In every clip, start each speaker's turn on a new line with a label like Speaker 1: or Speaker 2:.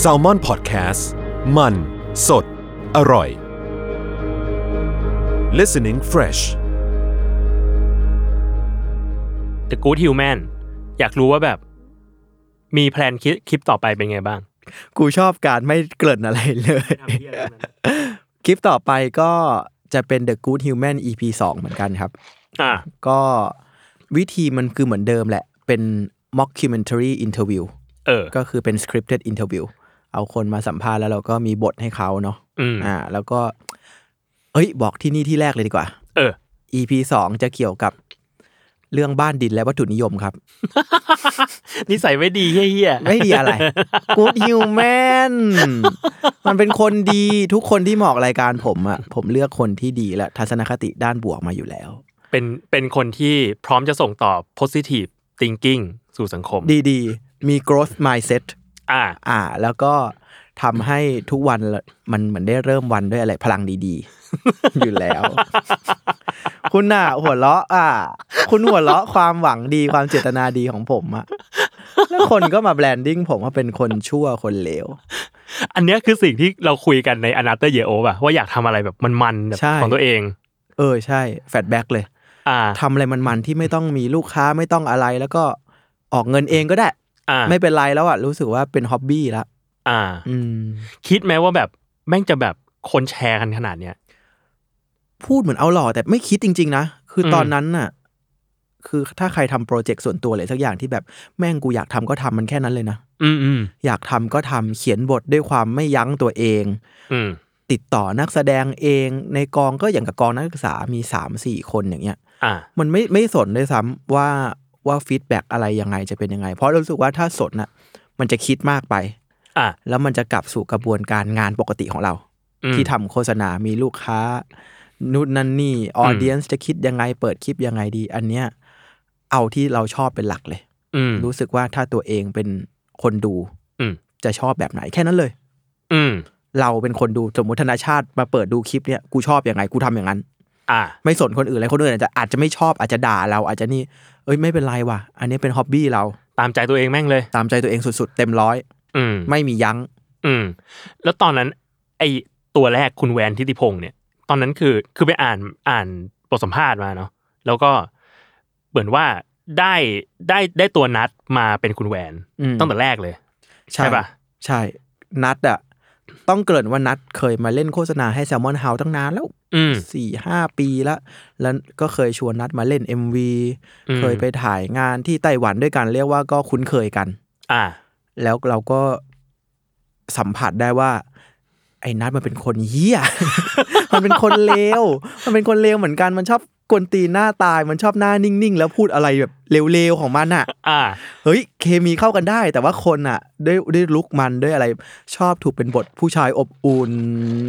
Speaker 1: แซลมอนพอดแคสต์ มัน สด อร่อย listening fresh
Speaker 2: The Good Human อยากรู้ว่าแบบ มีแพลนคลิปคลิปต่อไปเป็นไงบ้าง
Speaker 3: กูชอบการไม่เกริ่นอะไรเลย คลิปต่อไปก็จะเป็น The Good Human EP 2 เหมือนกันครับ
Speaker 2: อ่า
Speaker 3: ก็วิธีมันคือเหมือนเดิมแหละ เป็น mockumentary interview
Speaker 2: เออ
Speaker 3: ก็คือเป็น scripted interview เอาคนมาสัมภาษณ์แล้วเราก็มีบทให้เขาเนาะ
Speaker 2: อืม
Speaker 3: อ่า แล้วก็ เอ้ย บอกที่นี่ที่แรกเลยดีกว่า
Speaker 2: เออ
Speaker 3: EP 2 จะเกี่ยวกับเรื่องบ้านดินและวัตถุนิยมครับ
Speaker 2: นิสัยไม่ดีเฮี้ยๆ
Speaker 3: ไม่ดีอะไร Good Human มันเป็นคนดีทุกคนที่เหมาะรายการผมอะผมเลือกคนที่ดีและทัศนคติด้านบวกมาอยู่แล้ว
Speaker 2: เป็นเป็นคนที่พร้อมจะส่งต่อ positive thinking สู่สังคม
Speaker 3: ดี ๆ มี growth mindset
Speaker 2: อ่า
Speaker 3: อ่า แล้วก็ทำให้ทุกวันมันเหมือนได้เริ่มวันด้วยอะไรพลังดีๆ อยู่แล้ว คุณน่ะหัวเราะ อ่ะ คุณหัวเราะความหวังดีความเจตนาดีของผมอะแล้วคนก็มาแบรนดิ้งผมว่าเป็นคนชั่วคนเลว
Speaker 2: อันเนี้ยคือสิ่งที่เราคุยกันในอนาเตอร์เยโอป่ะ ว่าอยากทำอะไรแบบมันๆแบบ
Speaker 3: ใช่
Speaker 2: ของตัวเอง
Speaker 3: เออใช่ แฟดแบ็กเลย
Speaker 2: อ่า
Speaker 3: ทำอะไรมันๆที่ไม่ต้องมีลูกค้าไม่ต้องอะไรแล้วก็ออกเงินเองก็ได้
Speaker 2: อ่า
Speaker 3: ไม่เป็นไรแล้วอ่ะรู้สึกว่าเป็นฮ็อบบี้ละ
Speaker 2: อ่า
Speaker 3: อืม
Speaker 2: คิดไหมว่าแบบแม่งจะแบบคนแชร์กันขนาดเนี้ย
Speaker 3: พูดเหมือนเอาหล่อแต่ไม่คิดจริง ๆ นะ คืออ
Speaker 2: ม
Speaker 3: ตอนนั้นน่ะ คือถ้าใครทำโปรเจกต์ส่วนตัวเลยสักอย่างที่แบบแม่งกูอยากทำก็ทำมันแค่นั้นเลยนะ
Speaker 2: อืมอืม
Speaker 3: อยากทำก็ทำเขียนบทด้วยความไม่ยั้งตัวเอง
Speaker 2: อืม
Speaker 3: ติดต่อนักแสดงเอง ในกองก็อย่างกับกองนักศึกษามีสามสี่คนอย่างเงี้ย
Speaker 2: อ่า
Speaker 3: มันไม่ไม่สนด้วยซ้ำว่าว่าฟีดแบ็กอะไรยังไงจะเป็นยังไง เพราะเรารู้สึกว่าถ้าสนน่ะ มันจะคิดมากไป
Speaker 2: อ่า
Speaker 3: แล้วมันจะกลับสู่กระบวนการงานปกติของเรา
Speaker 2: อืม
Speaker 3: ที่ทำโฆษณา มีลูกค้า นู่นนั่นนี่ออเดียนจะคิดยังไง เปิดคลิปยังไงดี อันเนี้ยเอาที่เราชอบเป็นหลักเลย
Speaker 2: อืม
Speaker 3: รู้สึกว่าถ้าตัวเองเป็นคนดู
Speaker 2: อืม
Speaker 3: จะชอบแบบไหนแค่นั้นเลย
Speaker 2: อืม
Speaker 3: เราเป็นคนดูสมมติธนาชาติมาเปิดดูคลิปเนี่ยกูชอบยังไงกูทำอย่างนั้น
Speaker 2: อ่า
Speaker 3: ไม่สนคนอื่นเลยคนอื่นอาจจะอาจจะไม่ชอบอาจจะด่าเราอาจจะนี่ เอ้ยไม่เป็นไรว่ะ อันนี้เป็นฮ็อบบี้เรา
Speaker 2: ตามใจตัวเองแม่งเลย
Speaker 3: ตามใจตัวเองสุดๆ เต็มร้อย
Speaker 2: อืม
Speaker 3: ไม่มียั้ง
Speaker 2: อืมแล้วตอนนั้น ไอตัวแรกคุณแวนทิติพงศ์เนี่ย ตอนนั้นคือคือไปอ่านอ่านบทสัมภาษณ์มาเนาะแล้วก็เหมือนว่าได้ได้ได้ตัวนัดมาเป็นคุณแวน
Speaker 3: อืม
Speaker 2: ตั้งแต่แรกเลย ใช่ปะ
Speaker 3: ใช่ นัดอะต้องเกริ่นว่านัดเคยมาเล่นโฆษณาให้แซลมอนเฮาตั้งนานแล้ว
Speaker 2: อืม
Speaker 3: สี่ห้าปีละแล้วก็เคยชวนนัดมาเล่น MV
Speaker 2: อืม
Speaker 3: เคยไปถ่ายงานที่ไต้หวันด้วยกันเรียกว่าก็คุ้นเคยกัน
Speaker 2: อ่า
Speaker 3: แล้วเราก็สัมผัสได้ว่า ไอ้นัทมันเป็นคนเหี้ย มันเป็นคนเลว มันเป็นคนเลวเหมือนกัน มันชอบกวนตีนหน้าตาย มันชอบหน้านิ่งๆ แล้วพูดอะไรแบบเลวๆของมันอะ
Speaker 2: อ่า
Speaker 3: เฮ้ย เคมีเข้ากันได้ แต่ว่าคนอะด้วยด้วยลุกมันด้วยอะไร ชอบถูกเป็นบทผู้ชายอบอุ่น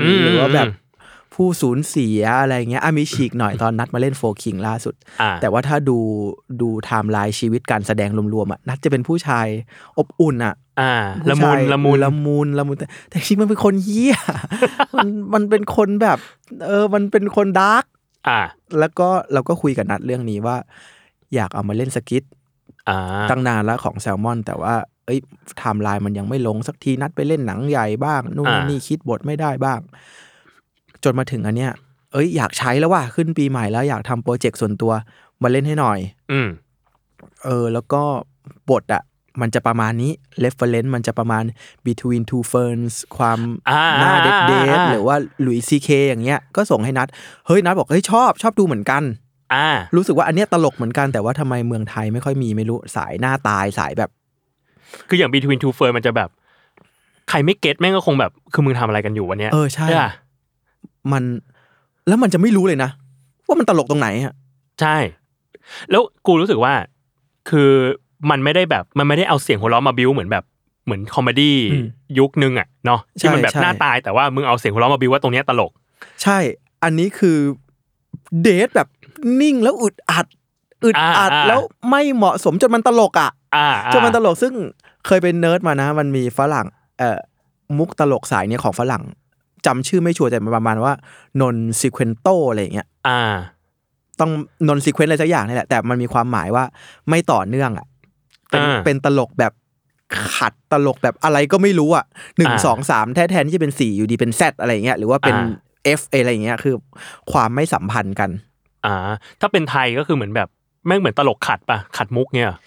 Speaker 2: อืม
Speaker 3: หรือว่าแบบผู้สูญเสียอะไรเงี้ยอ่ะมีฉีกหน่อยตอนนัดมาเล่นโฟคิงล่าสุด
Speaker 2: อ่า
Speaker 3: แต่ว่าถ้าดูดูไทม์ไลน์ชีวิตการแสดงรวมๆอะนัทจะเป็นผู้ชายอบอุ่นอะ
Speaker 2: อ่า
Speaker 3: ผู้
Speaker 2: ละมุ
Speaker 3: ชาน ย
Speaker 2: ละมุน
Speaker 3: ละมุนละมุนแต่แต่จริงมันเป็นคนเหี้ย มันมันเป็นคนแบบ เออมันเป็นคนดาร์ก
Speaker 2: อ่า
Speaker 3: แล้วก็เราก็คุยกับนัดเรื่องนี้ว่า อยากเอามาเล่นสกิท
Speaker 2: อ่า
Speaker 3: ตั้งนานแล้วของแซลมอน แต่ว่า เอ้ยไทม์ไลน์มันยังไม่ลงสักทีนัดไปเล่นหนังใหญ่บ้างนู่นนี่คิดบทไม่ได้บ้าง จนมาถึงอันเนี้ย เอ้ยอยากใช้แล้วว่ะขึ้นปีใหม่แล้วอยากทำโปรเจกต์ส่วนตัวมาเล่นให้หน่อย
Speaker 2: อืม
Speaker 3: เออแล้วก็ บทอะมันจะประมาณนี้ reference มันจะประมาณ between two ferns ความ
Speaker 2: อ่า
Speaker 3: หน้าเด็กเด
Speaker 2: อ่าอ่า
Speaker 3: หรือว่าหลุยซีเคอย่างเงี้ยก็ส่งให้นัดเฮ้ยนัดบอกเฮ้ยชอบชอบดูเหมือนกัน
Speaker 2: อ่า
Speaker 3: รู้สึกว่าอันเนี้ยตลกเหมือนกันแต่ว่าทำไมเมืองไทยไม่ค่อยมีไม่รู้สายหน้าตายสายแบบ
Speaker 2: คืออย่าง Between Two Ferns มันจะแบบ ใครไม่เก็ตแม่งก็คงแบบ คือมึงทำอะไรกันอยู่วันเนี้ย
Speaker 3: เออใช่
Speaker 2: ใช่ปะ
Speaker 3: มันแล้วมันจะไม่รู้เลยนะ ว่ามันตลกตรงไหนอะ
Speaker 2: ใช่ แล้วกูรู้สึกว่า คือมันไม่ได้แบบ มันไม่ได้เอาเสียงหัวเราะมาบิวเหมือนแบบ เหมือนคอมเมดี้ยุคนึงอ่ะเนาะที่มันแบบหน้าตายแต่ว่ามึงเอาเสียงหัวเราะมาบิวว่าตรงเนี้ยตลก
Speaker 3: ใช่ อันนี้คือเดทแบบนิ่งแล้วอึดอัดอึดอัด
Speaker 2: อ่าอ่า
Speaker 3: แล้วไม่เหมาะสมจนมันตลกอ่ะ
Speaker 2: อ่า
Speaker 3: จนมันตลกซึ่งเคยเป็นเนิร์ดมานะ มันมีฝรั่งเอ่อมุกตลกสายเนี้ยของฝรั่งจำชื่อไม่ชัวร์แต่มันประมาณว่านนซีเควนโตอะไรอย่างเงี้ย
Speaker 2: อ่า
Speaker 3: ต้องนนซีเควนอะไรสักอย่างนี่แหละแต่มันมีความหมายว่าไม่ต่อเนื่องอ่ะเป็น
Speaker 2: อ่า
Speaker 3: เป็นตลกแบบขัดตลกแบบอะไรก็ไม่รู้อ่ะหนึ่ง
Speaker 2: อ่า
Speaker 3: สองสามแท้แทนที่จะเป็นสี่อยู่ดีเป็น Z อะไรอย่างเงี้ยหรือว่าเป็น
Speaker 2: อ่
Speaker 3: F อะไรอย่างเงี้ยคือความไม่สัมพันธ์กัน
Speaker 2: อ่า ถ้าเป็นไทยก็คือเหมือนแบบแม่งเหมือนตลกขัดปะขัดมุกเนี่ยเหรอ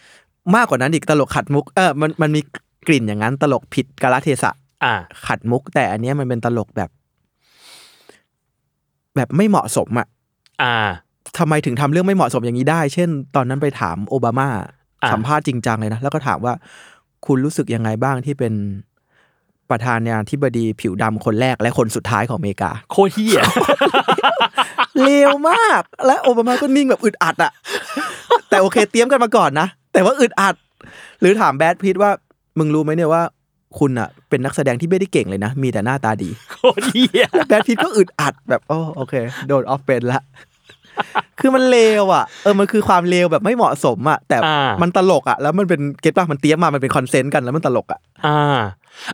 Speaker 3: มากกว่านั้นอีกตลกขัดมุกเออมันมันมีกลิ่นอย่างนั้นตลกผิดกาลเทศะ
Speaker 2: อ่า
Speaker 3: ขัดมุกแต่อันเนี้ยมันเป็นตลกแบบ แบบไม่เหมาะสมอะ
Speaker 2: อ่า
Speaker 3: ทำไมถึงทำเรื่องไม่เหมาะสมอย่างนี้ได้ เช่น ตอนนั้นไปถามโอบามา
Speaker 2: อ่ะ
Speaker 3: สัมภาษณ์จริงจังเลยนะ แล้วก็ถามว่า คุณรู้สึกยังไงบ้างที่เป็นประธานาธิบดีผิวดำคนแรกและคนสุดท้ายของอเมริกา
Speaker 2: โคตรเฮีย
Speaker 3: เลวมาก และโอบามาก็นิ่งแบบอึดอัดอะแต่โอเคเตรียมกันมาก่อนนะ แต่ว่าอึดอัด หรือถามแบดพีทว่า มึงรู้ไหมเนี่ยว่า คุณอะเป็นนักแสดงที่ไม่ได้เก่งเลยนะ มีแต่หน้าตาดี
Speaker 2: โคตรเฮีย
Speaker 3: แล้วแบทพิทก็อึดอัดแบบโอ้โอเค โดนออฟเป็นละ คือมันเลวอ่ะเออมันคือความเลวแบบไม่เหมาะสมอ่ะแต่
Speaker 2: อ่า
Speaker 3: มันตลกอ่ะแล้วมันเป็นเก็ตป่ะมันเตรียมมามันเป็นคอนเซนต์กันแล้วมันตลกอ่ะ
Speaker 2: อ่า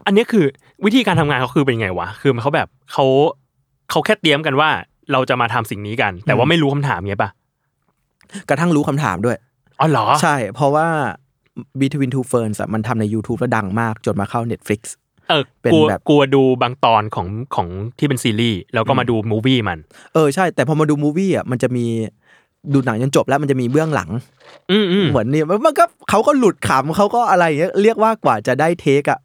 Speaker 2: อันเนี้ยคือวิธีการทำงานเขาคือเป็นไงวะ คือเขาแบบเขาเขาแค่เตรียมกันว่าเราจะมาทำสิ่งนี้กัน แต่ว่าไม่รู้คำถามเงี้ยป่ะ
Speaker 3: กระทั่งรู้คำถามด้วย
Speaker 2: อ๋อเหรอ
Speaker 3: ใช่ เพราะว่า Between Two Ferns อะมันทำใน YouTube แล้วดังมากจนมาเข้า Netflix
Speaker 2: เออ
Speaker 3: เป็น
Speaker 2: กลัว
Speaker 3: แบบ
Speaker 2: กลัวดูบางตอนของของที่เป็นซีรีส์แล้วก็มาดูมูวี่มัน
Speaker 3: เออใช่ แต่พอมาดูมูวี่อ่ะมันจะมีดูหนังจนจบแล้วมันจะมีเบื้องหลัง
Speaker 2: อืมอืม
Speaker 3: เหมือนเนี่ยมันก็เขาก็หลุดขำเขาก็อะไรอย่างเงี้ยเรียกว่ากว่าจะได้เทคอะ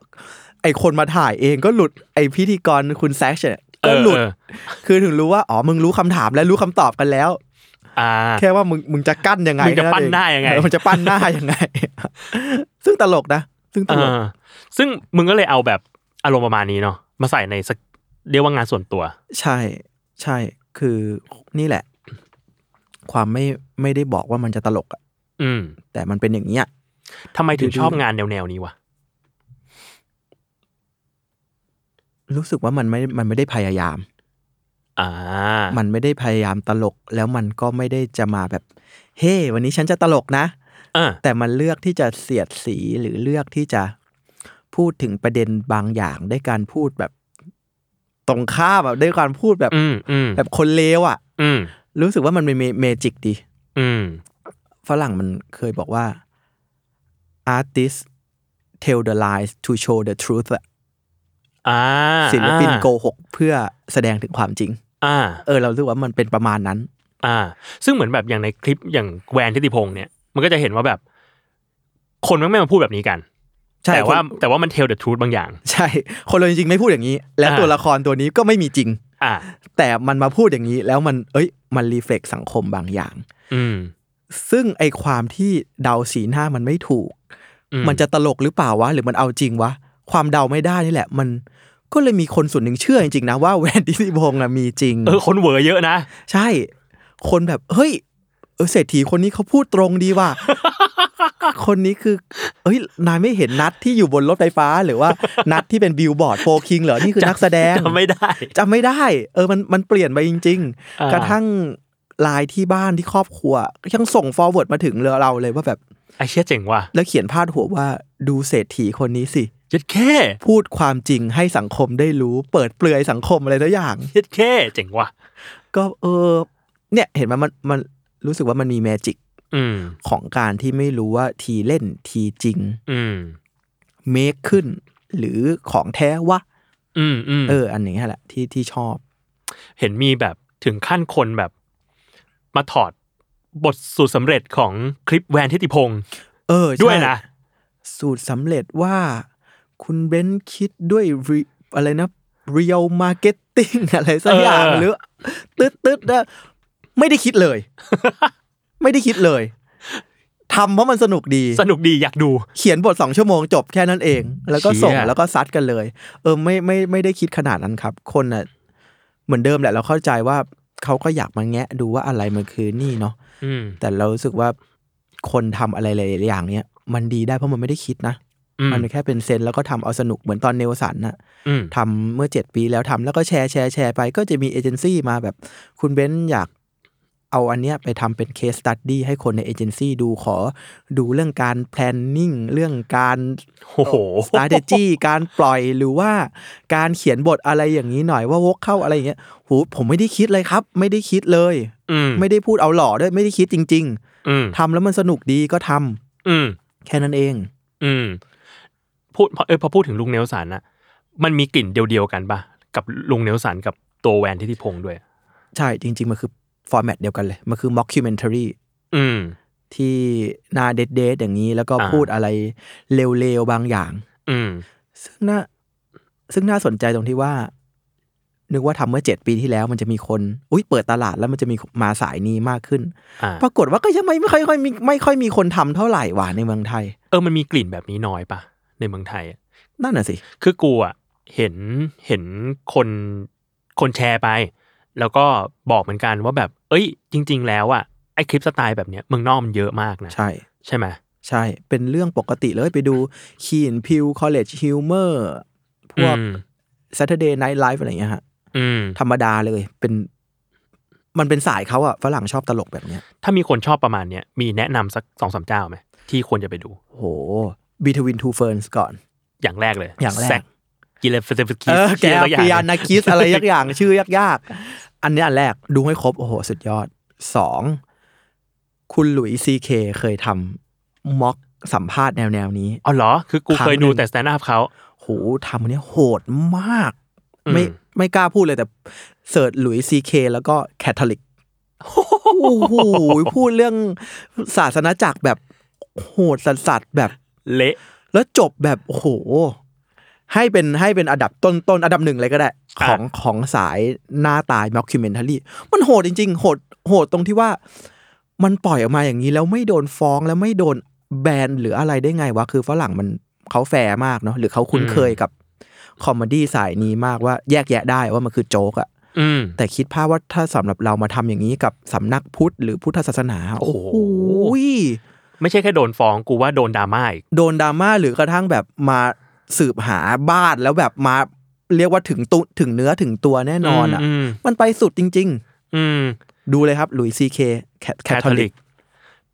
Speaker 3: ไอคนมาถ่ายเองก็หลุดไอพิธีกรคุณแซชเนี่ย
Speaker 2: เอ
Speaker 3: ก็
Speaker 2: อ
Speaker 3: หลุด
Speaker 2: เออ
Speaker 3: คือถึงรู้ว่าอ๋อมึงรู้คำถามและรู้คำตอบกันแล้ว
Speaker 2: อ่า
Speaker 3: แค่ว่ามึงมึงจะกั้นยังไง
Speaker 2: มึงจะปั้นหน้ายังไง
Speaker 3: เออมันจะปั้นหน้ายังไง ซึ่งตลกนะ ซึ่งต
Speaker 2: เอ
Speaker 3: ลก
Speaker 2: อซึ่งมึงก็เลยเอาแบบอารมณ์ประมาณนี้เนาะมาใส่ในสักเรียกว่างานส่วนตัว
Speaker 3: ใช่ใช่คือนี่แหละ ความไม่ไม่ได้บอกว่ามันจะตลกอะ
Speaker 2: อืม
Speaker 3: แต่มันเป็นอย่างเงี้ย
Speaker 2: ทำไมถึง
Speaker 3: ดีๆ
Speaker 2: ชอบงานแนวแนวๆนี้วะ
Speaker 3: รู้สึกว่ามันไม่มันไม่ได้พยายาม
Speaker 2: อ่า
Speaker 3: มันไม่ได้พยายามตลกแล้วมันก็ไม่ได้จะมาแบบ เฮ้ วันนี้ฉันจะตลกนะ
Speaker 2: เออ
Speaker 3: แต่มันเลือกที่จะเสียดสีหรือเลือกที่จะพูดถึงประเด็นบางอย่างด้วยการพูดแบบตรงข้ามแบบด้วยการพูดแบบ
Speaker 2: อืมอืม
Speaker 3: แบบคนเลวอะ่ะ
Speaker 2: อืม
Speaker 3: รู้สึกว่ามันเป็นเมเมจิกดี
Speaker 2: อืม
Speaker 3: ฝรั่งมันเคยบอกว่า artist tell the lies to show the truth อะ
Speaker 2: อ่า
Speaker 3: ศิลปิน
Speaker 2: อ่า
Speaker 3: โกหกเพื่อแสดงถึงความจริง
Speaker 2: อ่า
Speaker 3: เออ เรารู้สึกว่ามันเป็นประมาณนั้น
Speaker 2: อ่า ซึ่งเหมือนแบบอย่างในคลิปอย่างแวนทิติพงษ์เนี่ย มันก็จะเห็นว่าแบบ คนมันไม่มาพูดแบบนี้กัน
Speaker 3: ใช่
Speaker 2: แต่ว่า
Speaker 3: คน
Speaker 2: แต่ว่ามันเทลเดอะทรูดบางอย่าง
Speaker 3: ใช่ คนเราจริงๆไม่พูดอย่างนี้ และ
Speaker 2: อ่า
Speaker 3: ตัวละครตัวนี้ก็ไม่มีจริง
Speaker 2: อ่า
Speaker 3: แต่มันมาพูดอย่างนี้ แล้วมันเอ้ย มันรีเฟล็กสังคมบางอย่าง
Speaker 2: อืม
Speaker 3: ซึ่งไอความที่เดาสีหน้ามันไม่ถูก
Speaker 2: อืม
Speaker 3: มันจะตลกหรือเปล่าวะ หรือมันเอาจริงวะ ความเดาไม่ได้นี่แหละ มันก็เลยมีคนส่วนหนึ่งเชื่อจริงๆนะว่า แวนดิสิพงษ์อะมีจริง
Speaker 2: เออ คนเหวอเยอะนะ
Speaker 3: ใช่ คนแบบ เฮ้ย เออเศรษฐีคนนี้เขาพูดตรงดีว่ะ คนนี้คือ เอ้ย นายไม่เห็นนัดที่อยู่บนรถไฟฟ้า หรือว่า นัดที่เป็นบิลบอร์ดโฟคิงเหรอ นี่คือนักแสดง
Speaker 2: จำไม่ได้
Speaker 3: จำไม่ได้ เออ มัน มันเปลี่ยนไปจริง
Speaker 2: อ่า
Speaker 3: ๆ กระทั่งไลายที่บ้านที่ครอบครัว ยังส่งฟอร์เวิร์ดมาถึงเราเลยว่าแบบ
Speaker 2: ไอเชี่ยเจ๋งว่ะ
Speaker 3: แล้วเขียนพาดหัวว่าดูเศรษฐีคนนี้สิ
Speaker 2: เย็ดแค่
Speaker 3: พูดความจริงให้สังคมได้รู้ เปิดเปลือยสังคมอะไรตัวอย่าง
Speaker 2: เย็ดแค่เจ๋งว่ะ
Speaker 3: ก็เออ เนี่ย เห็นไหมมัน มันรู้สึกว่ามันมีแมจิก
Speaker 2: อืม
Speaker 3: ของการที่ไม่รู้ว่าทีเล่นทีจริง
Speaker 2: อืม
Speaker 3: เมคขึ้น หรือของแท้วะ
Speaker 2: อืมอืม
Speaker 3: เออ อันนี้แหละที่ที่ชอบ
Speaker 2: เห็นมีแบบถึงขั้นคนแบบ มาถอดบทสูตรสำเร็จของคลิปแวนทิติพงษ์
Speaker 3: เออใช่
Speaker 2: ด้วยนะ
Speaker 3: สูตรสำเร็จว่า คุณเบนซ์คิดด้วย re- อะไรนะ real marketing อะไรสักอย่าง
Speaker 2: เออ
Speaker 3: หรือ ตึ๊ดตึ๊ดนะไม่ได้คิดเลย ไม่ได้คิดเลยทำเพราะมันสนุกดี
Speaker 2: สนุกดีอยากดู
Speaker 3: เขียนบทสองชั่วโมงจบแค่นั้นเอง แล้วก็
Speaker 2: เชี่ย
Speaker 3: ส่งแล้วก็ซัดกันเลย เออไม่ไม่ไม่ได้คิดขนาดนั้นครับ คนน่ะเหมือนเดิมแหละเราเข้าใจว่าเขาก็อยากมาแงะดูว่าอะไรมันคือนี่เนาะ
Speaker 2: อืม
Speaker 3: แต่เรารู้สึกว่าคนทำอะไรหลายๆอย่างเนี้ยมันดีได้เพราะมันไม่ได้คิดนะ
Speaker 2: อืม
Speaker 3: มันแค่เป็นเซนส์แล้วก็ทำเอาสนุกเหมือนตอนเนวสันน่ะ
Speaker 2: อืม
Speaker 3: ทำเมื่อ 7 ปีแล้วทำแล้วก็แชร์แชร์แชร์ไป ก็จะมีเอเจนซี่มาแบบ คุณเบนซ์อยากเอาอันเนี้ยไปทำเป็นเคสตัดดี้ให้คนในเอเจนซี่ดูขอดูเรื่องการ planning เรื่องการ
Speaker 2: โอ้โห
Speaker 3: strategy การปล่อยหรือว่าการเขียนบทอะไรอย่างนี้หน่อยว่าวกเข้าอะไรอย่างเงี้ยหูผมไม่ได้คิดเลยครับ ไม่ได้คิดเลย
Speaker 2: อืม
Speaker 3: ไม่ได้พูดเอาหล่อด้วยไม่ได้คิดจริง
Speaker 2: อืม
Speaker 3: ๆทำแล้วมันสนุกดีก็ทำ
Speaker 2: อืม
Speaker 3: แค่นั้นเอง
Speaker 2: อืมพูดพอเออพอพูดถึงลุงเนลสันนะมันมีกลิ่นเดียวๆกันปะกับลุงเนลสันกับตัวแวนทิติพงษ์ด้วย
Speaker 3: ใช่จริง ๆ มันคือฟอร์แมตเดียวกันเลยมันคือ mockumentary
Speaker 2: อืม
Speaker 3: ที่หน้าเด็ดเดอย่างนี้ แล้วก็
Speaker 2: อ่า
Speaker 3: พูดอะไรเร็วๆ บางอย่าง
Speaker 2: อืม
Speaker 3: ซึ่งน่าซึ่งน่าสนใจตรงที่ว่า นึกว่าทำเมื่อเจ็ดปีที่แล้วมันจะมีคน อุ้ยเปิดตลาดแล้วมันจะมีมาสายนี้มากขึ้น
Speaker 2: อ่า
Speaker 3: ปรากฏว่าก็ยังไม่ไม่ค่อยค่อยมีไม่ค่อยมีคนทำเท่าไหร่หว่าในเมืองไทย
Speaker 2: เออมันมีกลิ่นแบบนี้น้อยปะในเมืองไทยอะ
Speaker 3: นั่นน่ะสิ
Speaker 2: คือกูอ่ะเห็นเห็นคนคนแชร์ไป แล้วก็บอกเหมือนกันว่าแบบ เอ้ย จริง ๆ แล้วอ่ะไอคลิปสไตล์แบบเนี้ยเมืองนอกมันเยอะมากนะ
Speaker 3: ใช่
Speaker 2: ใช่ไหม
Speaker 3: ใช่ เป็นเรื่องปกติเลยไปดูคีนพิวคอลเลจฮิวเมอร์พวก
Speaker 2: อืม
Speaker 3: Saturday Night Live อะไรอย่างเงี้ยฮะ
Speaker 2: อืม
Speaker 3: ธรรมดาเลยเป็นมันเป็นสายเขาอะฝรั่งชอบตลกแบบเนี้ย
Speaker 2: ถ้ามีคนชอบประมาณเนี้ยมีแนะนำสักสองสามเจ้าไหมที่ควรจะไปดู
Speaker 3: โห Between Two Ferns ก่อน
Speaker 2: อย่างแรกเลย
Speaker 3: อย่างแรก
Speaker 2: ซกิเลฟเฟสกิ
Speaker 3: เอ
Speaker 2: ส
Speaker 3: อแก
Speaker 2: ชื่อสัอย่ง
Speaker 3: ปียานาคิส อะไรยักอย่าง ชื่อยากๆ อันเนี้ยอันแรกดูให้ครบ โอ้โห สุดยอดสองคุณหลุยซีเคเคยทำม็อกสัมภาษณ์แนวแนวๆนี้
Speaker 2: อ๋อเหรอ คือกู
Speaker 3: ครั้ง
Speaker 2: เคยดู
Speaker 3: หนึ่ง
Speaker 2: แต่สแตนด์อัพเขา
Speaker 3: โหทำอันเนี้ยโหดมาก ไม่
Speaker 2: อืม
Speaker 3: ไม่กล้าพูดเลยแต่เสิร์ชหลุยซีเคแล้วก็แคทอลิก โอ้โห พูดเรื่องศาสนาจักรแบบโหดสัสๆแบบ
Speaker 2: เละ
Speaker 3: แล้วจบแบบโอ้โห ให้เป็นให้เป็นอันดับต้นต้นอันดับหนึ่งเลยก็ได้
Speaker 2: อ่ะ
Speaker 3: ของของสายหน้าตายม็อกคิวเมนทารีมันโหดจริง ๆ โหดโหดตรงที่ว่า มันปล่อยออกมาอย่างนี้แล้วไม่โดนฟ้องแล้วไม่โดนแบนหรืออะไรได้ไงวะ คือฝรั่งมันเขาแฟร์มากเนาะหรือเขาคุ้นเคยกับคอมเมดี้สายนี้มากว่าแยกแยะได้ว่ามันคือโจ๊กอะ
Speaker 2: อืม
Speaker 3: แต่คิดภาพว่าถ้าสำหรับเรามาทำอย่างนี้กับสำนักพุทธหรือพุทธศาสนา
Speaker 2: โอ้
Speaker 3: โอ้
Speaker 2: โห
Speaker 3: โห
Speaker 2: ไม่ใช่แค่โดนฟ้องกูว่าโดนดราม่าอีก
Speaker 3: โดนดราม่าหรือกระทั่งแบบมาสืบหาบ้านแล้วแบบมาเรียกว่าถึงตุถึงเนื้อถึงตัวแน่นอนอ่ะ
Speaker 2: อืมอืม
Speaker 3: มันไปสุดจริง
Speaker 2: อืม
Speaker 3: ๆ ดูเลยครับหลุยซีเคแคทอลิ
Speaker 2: Catholic
Speaker 3: ก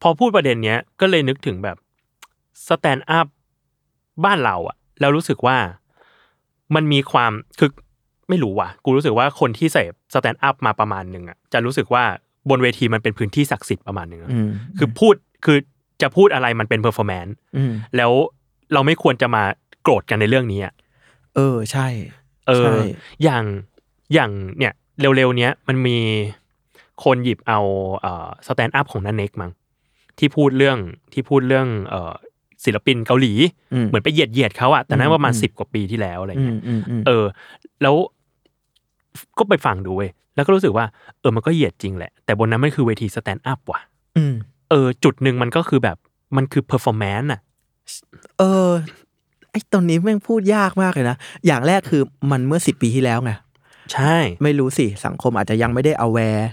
Speaker 2: พอพูดประเด็นเนี้ย ก็เลยนึกถึงแบบสแตนด์อัพบ้านเราอะแล้วรู้สึกว่ามันมีความคือไม่รู้ว่ะ กูรู้สึกว่าคนที่เสพสแตนด์อัพมาประมาณหนึ่งอะจะรู้สึกว่าบนเวทีมันเป็นพื้นที่ศักดิ์สิทธิ์ประมาณหนึ่งอะ
Speaker 3: อืม
Speaker 2: คือพูดคือจะพูดอะไรมันเป็นเพอร์ฟอร์แมนซ์
Speaker 3: อืม
Speaker 2: แล้วเราไม่ควรจะมาโกรธกันในเรื่องนี้อะ
Speaker 3: เออใช่
Speaker 2: เอ
Speaker 3: ใช่
Speaker 2: ออย่างอย่างเนี่ยเร็วๆเนี้ยมันมีคนหยิบเอาสแตนด์อัพของนันเน็กมั้งที่พูดเรื่องที่พูดเรื่องเอ่อศิลปินเกาหลี
Speaker 3: อืม
Speaker 2: เหมือนไปเหยียดเหยียดๆเขาอะแต่นั้นประมาณ
Speaker 3: อืม
Speaker 2: สิบกว่าปีที่แล้วอะไร
Speaker 3: อื
Speaker 2: เงี้
Speaker 3: ม
Speaker 2: ย
Speaker 3: อืมอืม
Speaker 2: เออ แล้วก็ไปฟังดูเว้ยแล้วก็รู้สึกว่าเออมันก็เหยียดจริงแหละ แต่บนนั้นมันคือเวทีสแตนด์อัพว่ะ
Speaker 3: อืม
Speaker 2: เออจุดหนึ่งมันก็คือแบบมันคือเพอร์ฟอร์แมนซ์อะ
Speaker 3: เออไอตอนนี้แม่งพูดยากมากเลยนะ อย่างแรกคือมันเมื่อสิบปีที่แล้วไง
Speaker 2: ใช่
Speaker 3: ไม่รู้สิ สังคมอาจจะยังไม่ได้ aware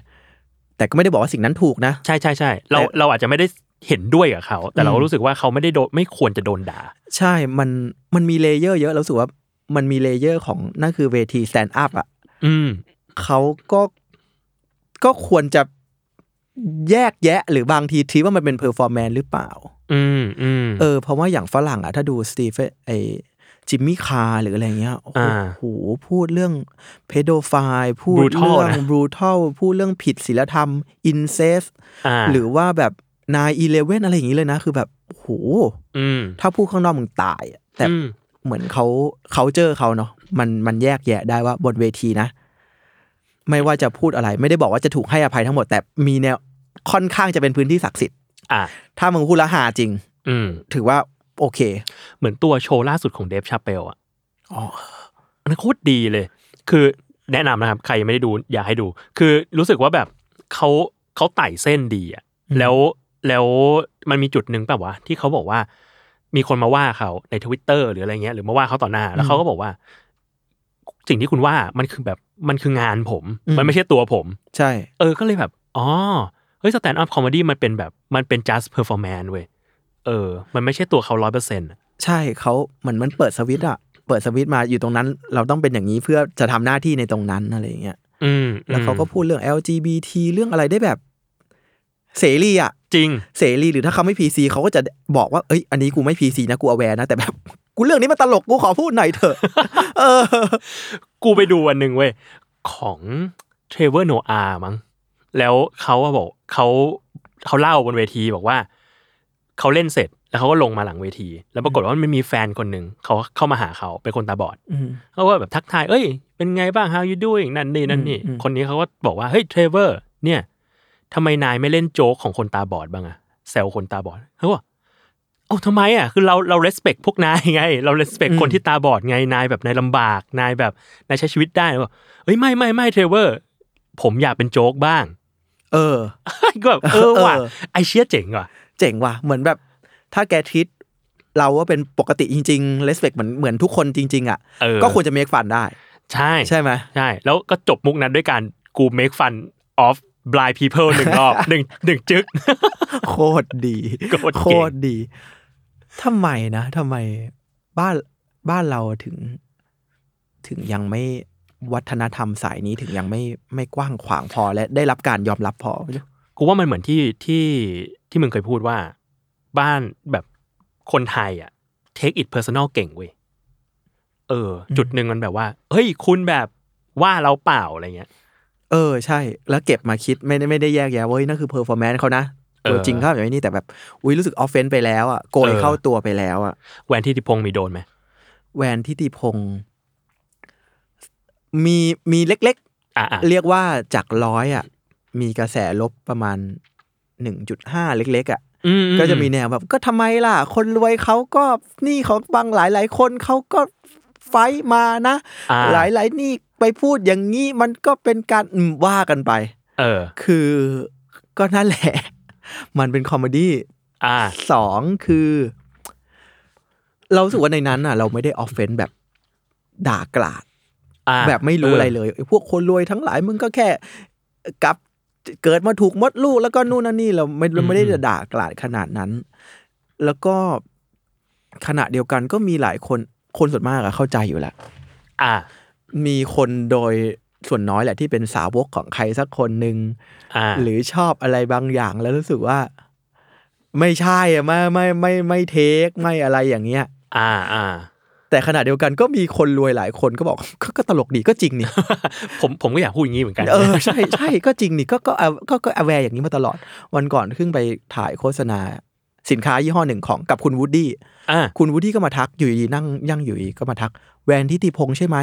Speaker 3: แต่ก็ไม่ได้บอกว่าสิ่งนั้นถูกนะ
Speaker 2: ใช่ใช่ใช่เรา
Speaker 3: แต่
Speaker 2: เราอาจจะไม่ได้เห็นด้วยกับเขาแต่เรา
Speaker 3: อืม
Speaker 2: รู้สึกว่าเขาไม่ได้โดนไม่ควรจะโดนด่า
Speaker 3: ใช่ มัน มันมีเลเยอร์เยอะ แล้วรู้สึกว่า มันมีเลเยอร์ของนั่นคือเวทีสแตนด์อัพอ่ะ
Speaker 2: อืม
Speaker 3: เขาก็ ก็ควรจะแยกแยะ หรือบางทีทีว่ามันเป็นเพอร์ฟอร์แมนหรือเปล่า
Speaker 2: อืมอืม
Speaker 3: เออ เพราะว่าอย่างฝรั่งอ่ะ ถ้าดูสตีเฟนไอจิมมี่คาร์หรืออะไรเงี้ย โอ้
Speaker 2: อ่า
Speaker 3: โห พูดเรื่องเพโดไฟพูด
Speaker 2: Brutal
Speaker 3: เรื่อง
Speaker 2: นะ
Speaker 3: บรูทัลพูดเรื่องผิดศีลธรรมอินเซส
Speaker 2: อ่า
Speaker 3: หรือว่าแบบนายอีเลเว่นอะไรอย่างงี้เลยนะ คือแบบโอ้โห
Speaker 2: อืม
Speaker 3: ถ้าพูดข้างนอกมึงตายอะแต่
Speaker 2: อืม
Speaker 3: เหมือนเขาเขาเจอเขาเนาะมันมันแยกแยะได้ว่าบนเวทีนะ ไม่ว่าจะพูดอะไร ไม่ได้บอกว่าจะถูกให้อภัยทั้งหมด แต่มีแนวค่อนข้างจะเป็นพื้นที่ศักดิ์สิทธิ์
Speaker 2: อ่า
Speaker 3: ถ้ามึงพูดและหาจริง
Speaker 2: อืม
Speaker 3: ถือว่า โอเค
Speaker 2: เหมือนตัวโชว์ล่าสุดของเดฟชาเปลอะ
Speaker 3: อ๋อ
Speaker 2: อันนั้นโคตรดีเลย คือแนะนำนะครับ ใครยังไม่ได้ดูอยากให้ดู คือรู้สึกว่าแบบเขาเขาไต่เส้นดีอะแล้วแล้วมันมีจุดหนึ่งแบบวะที่เขาบอกว่า มีคนมาว่าเขาในทวิตเตอร์หรืออะไรเงี้ยหรือมาว่าเขาต่อหน้า แล้วเขาก็บอกว่า สิ่งที่คุณว่ามันคือแบบมันคืองานผม มันไม่ใช่ตัวผม
Speaker 3: ใช่
Speaker 2: เออ ก็เลยแบบ อ๋อ เฮ้ย สแตนด์อัพคอมเมดี้มันเป็นแบบ มันเป็น just performance เว้ย เออ มันไม่ใช่ตัวเขาร้อยเปอร์เซ็นต์
Speaker 3: ใช่เขาเหมือนมันเปิดสวิตช์อะเปิดสวิตช์มาอยู่ตรงนั้น เราต้องเป็นอย่างนี้เพื่อจะทำหน้าที่ในตรงนั้นอะไรอย่างเงี้ย
Speaker 2: อืม
Speaker 3: แล้วเขาก็พูดเรื่อง LGBT เรื่องอะไรได้แบบ เสรีอะ
Speaker 2: จริง
Speaker 3: เสรีหรือถ้าเขาไม่ PC เขาก็จะบอกว่าเอ้ยอันนี้กูไม่ PC นะกู aware นะแต่แบบ กูเรื่องนี้มันตลกกูขอพูดหน่อยเถอะ เออ
Speaker 2: กูไปดูวันหนึ่งเว้ย ของเทรเวอร์โนอามั้ง แล้วเขาอะบอกเขาเขาเล่าบนเวทีบอกว่า เขาเล่นเสร็จแล้วเขาก็ลงมาหลังเวที แล้วปรากฏว่ามันมีแฟนคนหนึ่งเขาเข้ามาหาเขาเป็นคนตาบอด
Speaker 3: อืม
Speaker 2: เขาก็แบบทักทาย เอ้ย เป็นไงบ้าง how you doing นั่นนี่นั่นนี่
Speaker 3: อืม
Speaker 2: คนนี้เขาก็บอกว่า เฮ้ย เทรเวอร์ เนี่ย ทำไมนายไม่เล่นโจ๊กของคนตาบอดบ้างอะแซวคนตาบอดเขาบอกเอ้าทำไมอะคือเราเรา respect พวกนายไง เรา respect คนที่ตาบอดไง นายแบบนายลำบาก นายแบบนายใช้ชีวิตได้บอกเอ้ย ไม่ไม่ไม่เทรเวอร์ ผมอยากเป็นโจ๊กบ้าง
Speaker 3: เออ
Speaker 2: ก็แบบเออว่ะ
Speaker 3: เออ
Speaker 2: ไอเชี่ยเจ๋งว่ะ
Speaker 3: เจ๋งว่ะเหมือนแบบ ถ้าแกทิศเราว่าเป็นปกติจริงๆเลสเ c กเหมือนเหมือนทุกคนจริง ๆอ่ะ
Speaker 2: เออ
Speaker 3: ก็ควรจะเมคฟันได้
Speaker 2: ใช่
Speaker 3: ใช่ไหม
Speaker 2: ใช่ แล้วก็จบมุกนั้นด้วยการกู make fun of blind people หนึ่งรอบห นึ่งหนึ่งจึ๊ก
Speaker 3: โคตรดี
Speaker 2: โคตรเก่ง
Speaker 3: ตรดีทำไมนะทำไมบ้านบ้านเราถึง ถึงยังไม่วัฒนธรรมสายนี้ถึงยังไม่ไม่กว้างขวางพอและได้รับการยอมรับพอ
Speaker 2: กูว่ามันเหมือนที่ที่ที่มึงเคยพูดว่า บ้านแบบคนไทยอ่ะ take it personal เก่งเว้ยเออ จุดหนึ่งมันแบบว่า เฮ้ย คุณแบบว่าเราเปล่าอะไรเงี้ย
Speaker 3: เออ ใช่ แล้วเก็บมาคิดไม่ได้ไม่ได้แยกแยะเว้ยนั่นคือเพอร์ฟอร์แมนซ์เขานะ
Speaker 2: เออ
Speaker 3: ตัวจริงเขาแบบนี้แต่แบบ อุ้ยรู้สึกออฟเฟนไปแล้วอ่ะโกย
Speaker 2: เออ
Speaker 3: เข้าตัวไปแล้วอ่ะ
Speaker 2: แวนที่ติพงศ์มีโดนไหม
Speaker 3: แวนทิติพงศ์มีมีเล็ก
Speaker 2: อ่ะอ่ะ
Speaker 3: ๆ เรียกว่าจากร้อยอ่ะ มีกระแสลบประมาณหนึ่งจุดห้าเล็ก ๆ อ่ะ
Speaker 2: อือื
Speaker 3: ก็จะมีแนวแบบ ก็ทำไมล่ะ คนรวยเขาก็หนี่ของบางหลายหลายๆคนเขาก็ไฟท์มานะ
Speaker 2: อ่ะ
Speaker 3: หลายหลายๆหนี่ไปพูดอย่างนี้ มันก็เป็นการอืมว่ากันไป
Speaker 2: เออ
Speaker 3: คือก็นั่นแหละ มันเป็นคอมเมดี้
Speaker 2: อ่ะ
Speaker 3: สองคือ เรารู้สึกว่าในนั้นน่ะ เราไม่ได้ออฟเฟนแบบด่ากลาด
Speaker 2: อ่ะ
Speaker 3: แบบไม่รู้อะไรเลยไอ้พวกคนรวยทั้งหลายมึงก็แค่กลับเกิดมาถูกมดลูกแล้วก็นู่นนั่นนี่เราไม่เราไม่ได้จะด่ากลาดขนาดนั้น แล้วก็ขณะเดียวกันก็มีหลายคนคนส่วนมากอะเข้าใจอยู่แหละ
Speaker 2: อ่ะ
Speaker 3: มีคนโดยส่วนน้อยแหละที่เป็นสาวกของใครสักคนหนึ่ง
Speaker 2: อ่ะ
Speaker 3: หรือชอบอะไรบางอย่างแล้วรู้สึกว่า ไม่ใช่อะไม่ไม่ไม่ไม่เทคไม่อะไรอย่างเงี้ย
Speaker 2: อ่ะอ่ะ
Speaker 3: แต่ขณะเดียวกันก็มีคนรวยหลายคนก็ บอก ก็ก็ตลกดีก็จริง นี่
Speaker 2: ผมผมก็อยากพูดอย่างนี้เหมือนกัน
Speaker 3: เออใช่ใช่ก็จริงนี่ก็ก็ก็ก็ก็แวร์อย่างนี้มาตลอด วันก่อนขึ้นไปถ่ายโฆษณา สินค้ายี่ห้อหนึ่งของกับคุณวูดดี้
Speaker 2: อ่ะ
Speaker 3: คุณวูดดี้ก็มาทักอยู่ดีนั่งยั่งอยู่ดีก็มาทัก แวนทิติพงษ์ใช่ไหม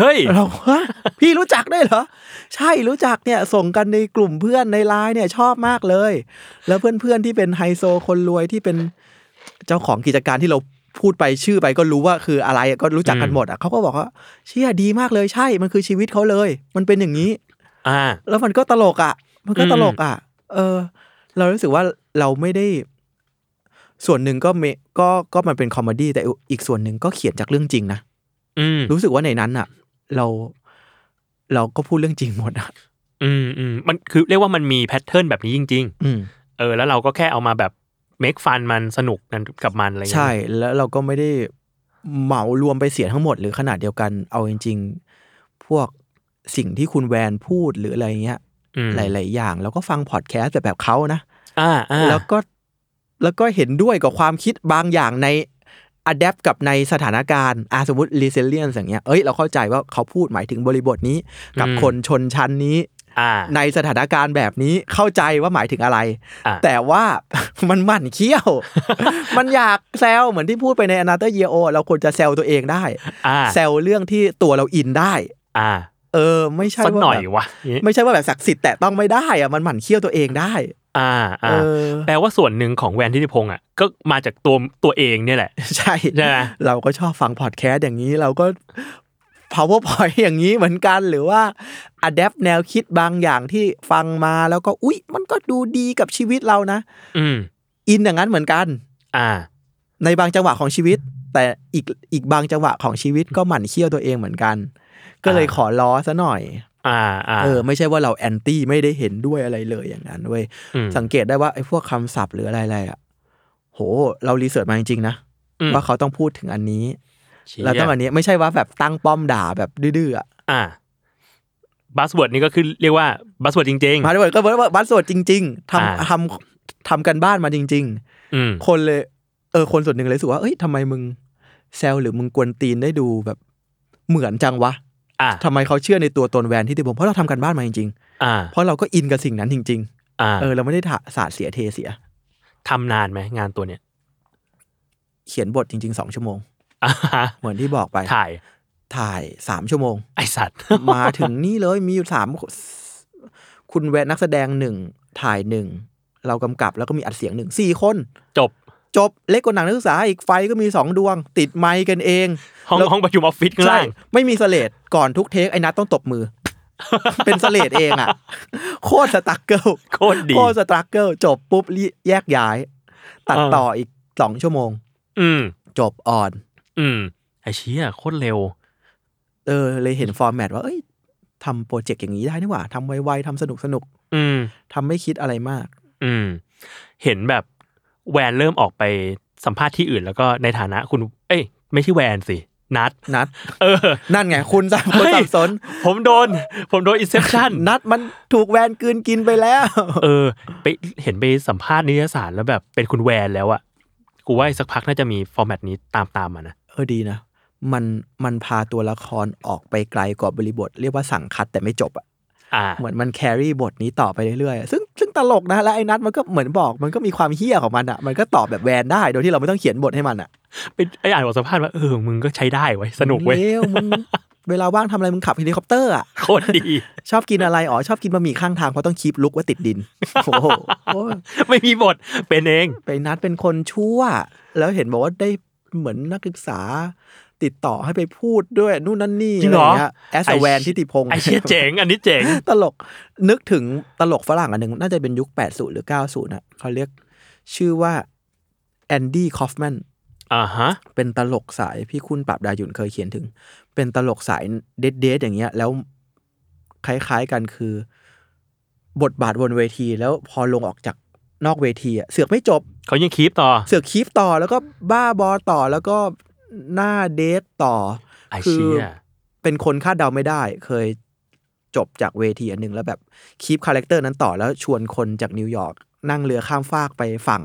Speaker 2: เฮ้ย
Speaker 3: เราฮะพี่รู้จักได้วยเหรอ ใช่รู้จักเนี่ย ส่งกันในกลุ่มเพื่อนในไลน์เนี่ยชอบมากเลย แล้วเพื่อนๆที่เป็นไฮโซคนรวยที่เป็นเจ้าของกิจการที่เราพูดไปชื่อไปก็รู้ว่าคืออะไรอะก็รู้จักกันหมดอ่ะเขาก็บอกว่าเชี่ยดีมากเลยใช่มันคือชีวิตเขาเลย มันเป็นอย่างนี้
Speaker 2: อ่ะ
Speaker 3: แล้วมันก็ตลกอ่ะ มันก็ตลกอ่ะ เออ เรารู้สึกว่าเราไม่ได้ ส่วนหนึ่งก็เมก็ก็มันเป็นคอมเมดี้แต่อีกส่วนหนึ่งก็เขียนจากเรื่องจริงนะ
Speaker 2: อืม
Speaker 3: รู้สึกว่าในนั้นอ่ะ เราเราก็พูดเรื่องจริงหมดอ่ะ
Speaker 2: อืมอืมมันคือเรียกว่ามันมีแพทเทิร์นแบบนี้จริง ๆ
Speaker 3: อืม
Speaker 2: เออแล้วเราก็แค่เอามาแบบเมคฟันมันสนุกกันกับมันอะไรเงี้ย
Speaker 3: ใช่แล้วเราก็ไม่ได้เหมารวมไปเสียทั้งหมดหรือขนาดเดียวกันเอาจริง ๆ พวกสิ่งที่คุณแวนพูดหรืออะไรเงี้ย
Speaker 2: อืม
Speaker 3: หลาย ๆ อย่าง เราก็ฟังพอดแคสต์แบบแบบเขานะ
Speaker 2: อ่าอ่า
Speaker 3: แล้วก็แล้วก็เห็นด้วยกับความคิดบางอย่างในอัดแอปกับในสถานการณ์อาสมมติ resilience อย่างเงี้ยเอ้ยเราเข้าใจว่าเขาพูดหมายถึงบริบทนี้ กับคนชนชั้นนี้
Speaker 2: อ่า
Speaker 3: ในสถานการณ์แบบนี้เข้าใจว่าหมายถึงอะไร
Speaker 2: อ่า
Speaker 3: แต่ว่า มันหมั่นเขี้ยว มันอยากแซวเหมือนที่พูดไปในอนาเตอร์เยโอเราควรจะแซวตัวเองได้
Speaker 2: อ่า
Speaker 3: แซวเรื่องที่ตัวเราอินได้
Speaker 2: อ่า
Speaker 3: เออ ไม่ใช่
Speaker 2: สัก
Speaker 3: ว่า
Speaker 2: หน่อย
Speaker 3: แบบ
Speaker 2: วะอย่างงี้
Speaker 3: ไม่ใช่ว่าแบบศักดิ์สิทธิ์แต่ต้องไม่ได้อะมันหมั่นเขี้ยวตัวเองได้
Speaker 2: อ่า
Speaker 3: เอ
Speaker 2: อ่า
Speaker 3: อ
Speaker 2: แปลว่าส่วนหนึ่งของแวนทิติพงษ์อ่ะก็มาจากตัวตัวเองเนี่ยแหละ
Speaker 3: ใช่
Speaker 2: ใช่ไหม
Speaker 3: เราก็ชอบฟังพอดแคสต์อย่างนี้เราก็ powerpoint อย่างนี้เหมือนกันหรือว่า adapt แนวคิดบางอย่างที่ฟังมาแล้วก็อุ๊ย มันก็ดูดีกับชีวิตเรานะ
Speaker 2: อืม
Speaker 3: อินอย่างนั้นเหมือนกัน
Speaker 2: อ่า
Speaker 3: ในบางจังหวะของชีวิต แต่อีกอีกบางจังหวะของชีวิตก็หมั่นเคี่ยวตัวเองเหมือนกัน ก็เลยขอล้อซะหน่อย
Speaker 2: อ่าอ่า
Speaker 3: เออไม่ใช่ว่าเราแอนตี้ไม่ได้เห็นด้วยอะไรเลยอย่างนั้นเว้ย
Speaker 2: ม
Speaker 3: สังเกตได้ว่าไอ้พวกคำศัพท์หรืออะไรๆอ่ะโห เรารีเสิร์ชมาจริงๆนะ
Speaker 2: อืม
Speaker 3: ว่าเขาต้องพูดถึงอันนี้
Speaker 2: เชี่ย
Speaker 3: แล้วต้องอันนี้ไม่ใช่ว่าแบบตั้งป้อมด่าแบบดื้อๆอ่ะ
Speaker 2: อ่าบัสเวิร์ดนี่ก็คือเรียกว่าบัสเวิร์ดจริง
Speaker 3: มาด้วยก็บอกว่าบัตรสวดจริง ๆทำ
Speaker 2: อ่า
Speaker 3: ทำทำกันบ้านมาจริง
Speaker 2: ๆ อืม
Speaker 3: ๆ คนเลย เออคนส่วนหนึ่งเลยรู้สึกว่าเอ้ยทำไมมึงแซวหรือมึงกวนตีนได้ดูแบบเหมือนจังวะ
Speaker 2: อ่า
Speaker 3: ทำไมเขาเชื่อในตัวตนแวนที่ติผมเพราะเราทำกันบ้านมาจริง
Speaker 2: อ่า
Speaker 3: ๆ เพราะเราก็อินกับสิ่งนั้นจริง
Speaker 2: อ่า
Speaker 3: ๆ เออเราไม่ได้ถะสาดเสียเทเสีย
Speaker 2: ทำนานไหมงานตัวเนี้ย
Speaker 3: เขียนบทจริง ๆ 2 ชั่วโมง
Speaker 2: อ่าฮะ
Speaker 3: เหมือนที่บอกไป
Speaker 2: ถ่าย
Speaker 3: ถ่าย 3 ชั่วโมง
Speaker 2: ไอสัตว์
Speaker 3: มาถึงนี่เลยมีอยู่สามคุณแวนนักแสดงหนึ่งถ่ายหนึ่งเรากำกับแล้วก็มีอัดเสียงหนึ่งสี่คน
Speaker 2: จบ
Speaker 3: จบเล็กกว่าหนังนักศึกษาอีกไฟก็มี 2 ดวง ติดไมค์กันเอง
Speaker 2: ห้อง
Speaker 3: แล้ว
Speaker 2: ห้องประชุมออฟฟิศข้าง
Speaker 3: ใช่
Speaker 2: ล่าง
Speaker 3: ไม่มีสเลดก่อนทุกเทคไอ้นัทต้องตบมือ เป็นสเลดเองอ่ะ โคตรสตักเกิล
Speaker 2: โคตรดี
Speaker 3: โคตรสตรัคเกิลจบปุ๊บรีแยกย้าย ตัด
Speaker 2: เออ
Speaker 3: ต่ออีกสองชั่วโมง
Speaker 2: อืม
Speaker 3: จบออน
Speaker 2: อืม ไอเชี่ยโคตรเร็ว
Speaker 3: เออ เลยเห็นฟอร์แมตว่า เอ้ยทำโปรเจกต์อย่างนี้ได้นี่หว่าทำไวๆทำสนุกสนุก
Speaker 2: อืม
Speaker 3: ๆทำไม่คิดอะไรมาก
Speaker 2: อืม เห็นแบบแวนเริ่มออกไปสัมภาษณ์ที่อื่น แล้วก็ในฐานะคุณ เอ้ย ไม่ใช่แวนสิ นัด
Speaker 3: นัด
Speaker 2: เออ
Speaker 3: นั่น ไง คุณสับคน
Speaker 2: เฮ้ย
Speaker 3: สับสน
Speaker 2: ผมโดน ผมโดนอินเซ t ชัน
Speaker 3: นัดมันถูกแวนกลืนกินไปแล้ว
Speaker 2: เออ ไปเห็นไปสัมภาษณ์นิตยสารแล้วแบบเป็นคุณแวนแล้วอะกูว่าอีกสักพักน่าจะมีฟอร์แมตนี้ตามตามมานะ
Speaker 3: เออดีนะ มันมันพาตัวละครออกไปไกลกว่าบริบท เรียกว่าสั่งคัดแต่ไม่จบอะ
Speaker 2: อ่า
Speaker 3: เหมือนมันแครี่บทนี้ต่อไปเรื่อยๆ ซึ่งซึ่งตลกนะ และไอ้นัทมันก็เหมือนบอกมันก็มีความเฮี้ยของมันอ่ะ มันก็ตอบแบบแวนได้โดยที่เราไม่ต้องเขียนบทให้มันอ่ะ
Speaker 2: ไปไปอ่านบทสัมภาษณ์ว่าเออ มึงก็ใช้ได้ไว้ยสนุกเว้ย
Speaker 3: เลวมึง เวลาว่างทำอะไรมึงขับเฮลิคอปเตอร์อ่ะ
Speaker 2: โคตรดี
Speaker 3: ชอบกินอะไร อ๋อ ชอบกินบะหมี่ข้างทางเพราะต้องคีบลุกไว่าติดดิน โอ้โหโอ้ย
Speaker 2: ไม่มีบท เป็นเอง
Speaker 3: ไปนัทเป็นคนชั่ว แล้วเห็นบอกว่าได้เหมือนนักศึกษา ติดต่อให้ไปพูดด้วยนู่นนั่นนี่
Speaker 2: จริง
Speaker 3: อะ
Speaker 2: เหรอ
Speaker 3: ไรอย่างเงี้ยแอส
Speaker 2: ไอ้
Speaker 3: แวนทิติพงษ์
Speaker 2: ไอเชี่ยเจ๋ง อันนี้เจ๋ง
Speaker 3: ตลกนึกถึงตลกฝรั่งอันหนึ่งน่าจะเป็นยุค 80 หรือ 90นะเขาเรียกชื่อว่าแอนดี้คอฟแมน
Speaker 2: อ่าฮะ
Speaker 3: เป็นตลกสายพี่คุณปราบดาหยุ่นเคยเขียนถึง เป็นตลกสายเดดเดดอย่างเงี้ย แล้วคล้ายๆกันคือ บทบาทบนเวที แล้วพอลงออกจากนอกเวทีอะเสือกไม่จบ
Speaker 2: เขายังคีปต่อ
Speaker 3: เสือกคีฟต่อแล้วก็บ้าบอต่อแล้วก็หน้าเดทต่อ
Speaker 2: ไอ
Speaker 3: คือ
Speaker 2: เชี่ย
Speaker 3: เป็นคนคาดเดาไม่ได้ เคยจบจากเวทีอันหนึ่งแล้วแบบคีปคาแรคเตอร์นั้นต่อแล้วชวนคนจากนิวยอร์กนั่งเรือข้ามฟากไปฝั่ง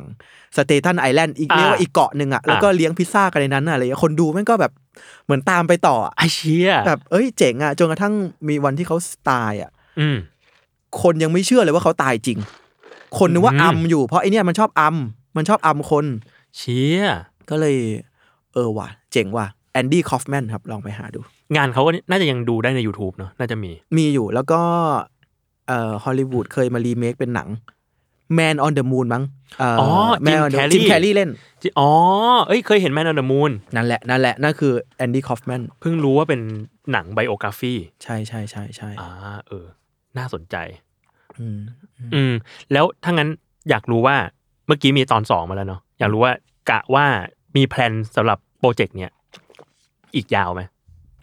Speaker 3: สเตทันไอแลนด์อีกเรียกว่าอีกเกาะหนึ่งอะแล้วก็เลี้ยงพิซซ่ากันในนั้นอะอะไรอย่างเงี้ยคนดูแม่งก็แบบเหมือนตามไปต่ออะ
Speaker 2: ไอเชี่ย
Speaker 3: แบบเอ้ยเจ๋งอะจนกระทั่งมีวันที่เขาตายอะ
Speaker 2: อืม
Speaker 3: คนยังไม่เชื่อเลยว่าเขาตายจริง คนนึกว่า
Speaker 2: อืม
Speaker 3: อัมอยู่เพราะไอเนี่ยมันชอบอัมมันชอบอัมคน
Speaker 2: เชี่ย
Speaker 3: ก็เลย เออว่ะ เจ๋งว่ะแอนดี้คอฟแมนครับลองไปหาดู
Speaker 2: งานเขาก็น่าจะยังดูได้ใน YouTube เนอะน่าจะมี
Speaker 3: มีอยู่แล้วก็เอ่อฮอลลีวูดเคยมารีเมคเป็นหนัง Man on the Moon มั้งเอ่ออ
Speaker 2: อ
Speaker 3: Man
Speaker 2: Jim
Speaker 3: on the-
Speaker 2: Carrey
Speaker 3: จิมแคร์รีเล่น
Speaker 2: จิอ๋อ เอ้ย เคยเห็นแมนอนเดอะมูน
Speaker 3: นั่นแหละ นั่นแหละ นั่นคือแอนดี้คอฟแมน
Speaker 2: เพิ่งรู้ว่าเป็นหนังไบโอกราฟี
Speaker 3: ใช่ใช่ใช่ใช่
Speaker 2: อ่า เออ น่าสนใจ
Speaker 3: อืม
Speaker 2: อืม แล้วถ้างั้นอยากรู้ว่าเมื่อกี้มีตอนสองมาแล้วเนาะอยากรู้ว่ากะว่ามีแพลนสำหรับโปรเจกต์เนี้ยอีกยาวไหม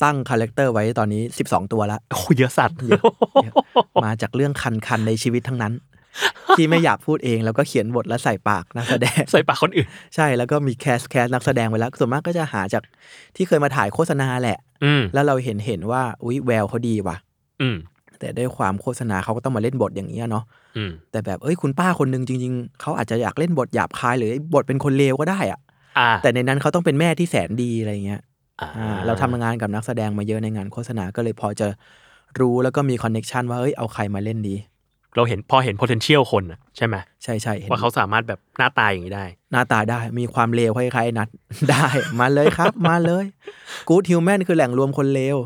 Speaker 3: ตั้งคาแรคเตอร์ไว้ตอนนี้ 12 ตัวละ
Speaker 2: โอ้โหเยอะสัตว์
Speaker 3: เยอะ มาจากเรื่องคันๆ ในชีวิตทั้ง นั้น ที่ไม่อยากพูดเองแล้วก็เขียนบทแล้วใส่ปากนักแสดง
Speaker 2: ใส่ปากคนอื่น
Speaker 3: ใช่แล้วก็มีแคสแคสนักแสดงไว้แล้วส่วนมากก็จะหาจากที่เคยมาถ่ายโฆษณาแหละ
Speaker 2: อืม
Speaker 3: แล้วเราเห็นเห็นว่าอุ๊ยแววเขาดีว่ะ
Speaker 2: อืม
Speaker 3: แต่ด้วยความโฆษณาเขาก็ต้องมาเล่นบทอย่างนี้ยเนาะ
Speaker 2: อืม
Speaker 3: แต่แบบเอ้ยคุณป้าคนหนึ่งจริง ๆ เขาอาจจะอยากเล่นบทหยาบคายหรือบทเป็นคนเลวก็ได้อะ
Speaker 2: อ่า
Speaker 3: แต่ในนั้นเขาต้องเป็นแม่ที่แสนดีอะไรเงี้ย
Speaker 2: อ่า
Speaker 3: อ่าเราทำงานกับนักแสดงมาเยอะในงานโฆษณาก็เลยพอจะรู้แล้วก็มีคอนเน็ชันว่าเอ้ยเอาใครมาเล่นดี
Speaker 2: เราเห็นพอเห็น potential คนน่ะใช่ไหม
Speaker 3: ใช่ใช่เห็น
Speaker 2: ว่าเขาสามารถแบบหน้าตายอย่างนี้ได้
Speaker 3: หน้าตาได้มีความเลวคล้ายๆนัด ได้ มาเลยครับ มาเลยกู๊ดฮิวแมนคือแหล่งรวมคนเลว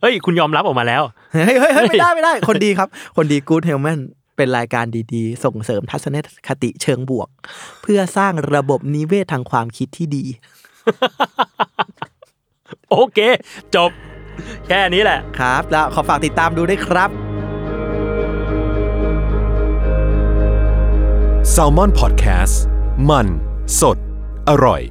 Speaker 2: เฮ้ย คุณยอมรับออกมาแล้ว
Speaker 3: เฮ้ยเฮ้ยเฮ้ยไม่ได้ไม่ได้ คนดีครับ คนดีกู๊ดฮิวแมน เป็นรายการดีๆ ส่งเสริมทัศนคติเชิงบวก เพื่อสร้างระบบนิเวศทางความคิดที่ดี
Speaker 2: โอเค จบ แค่นี้แหละ
Speaker 3: ครับ แล้วขอฝากติดตามดูด้วยครับ
Speaker 1: s a l ม o n PODCAST มันสดอร่อย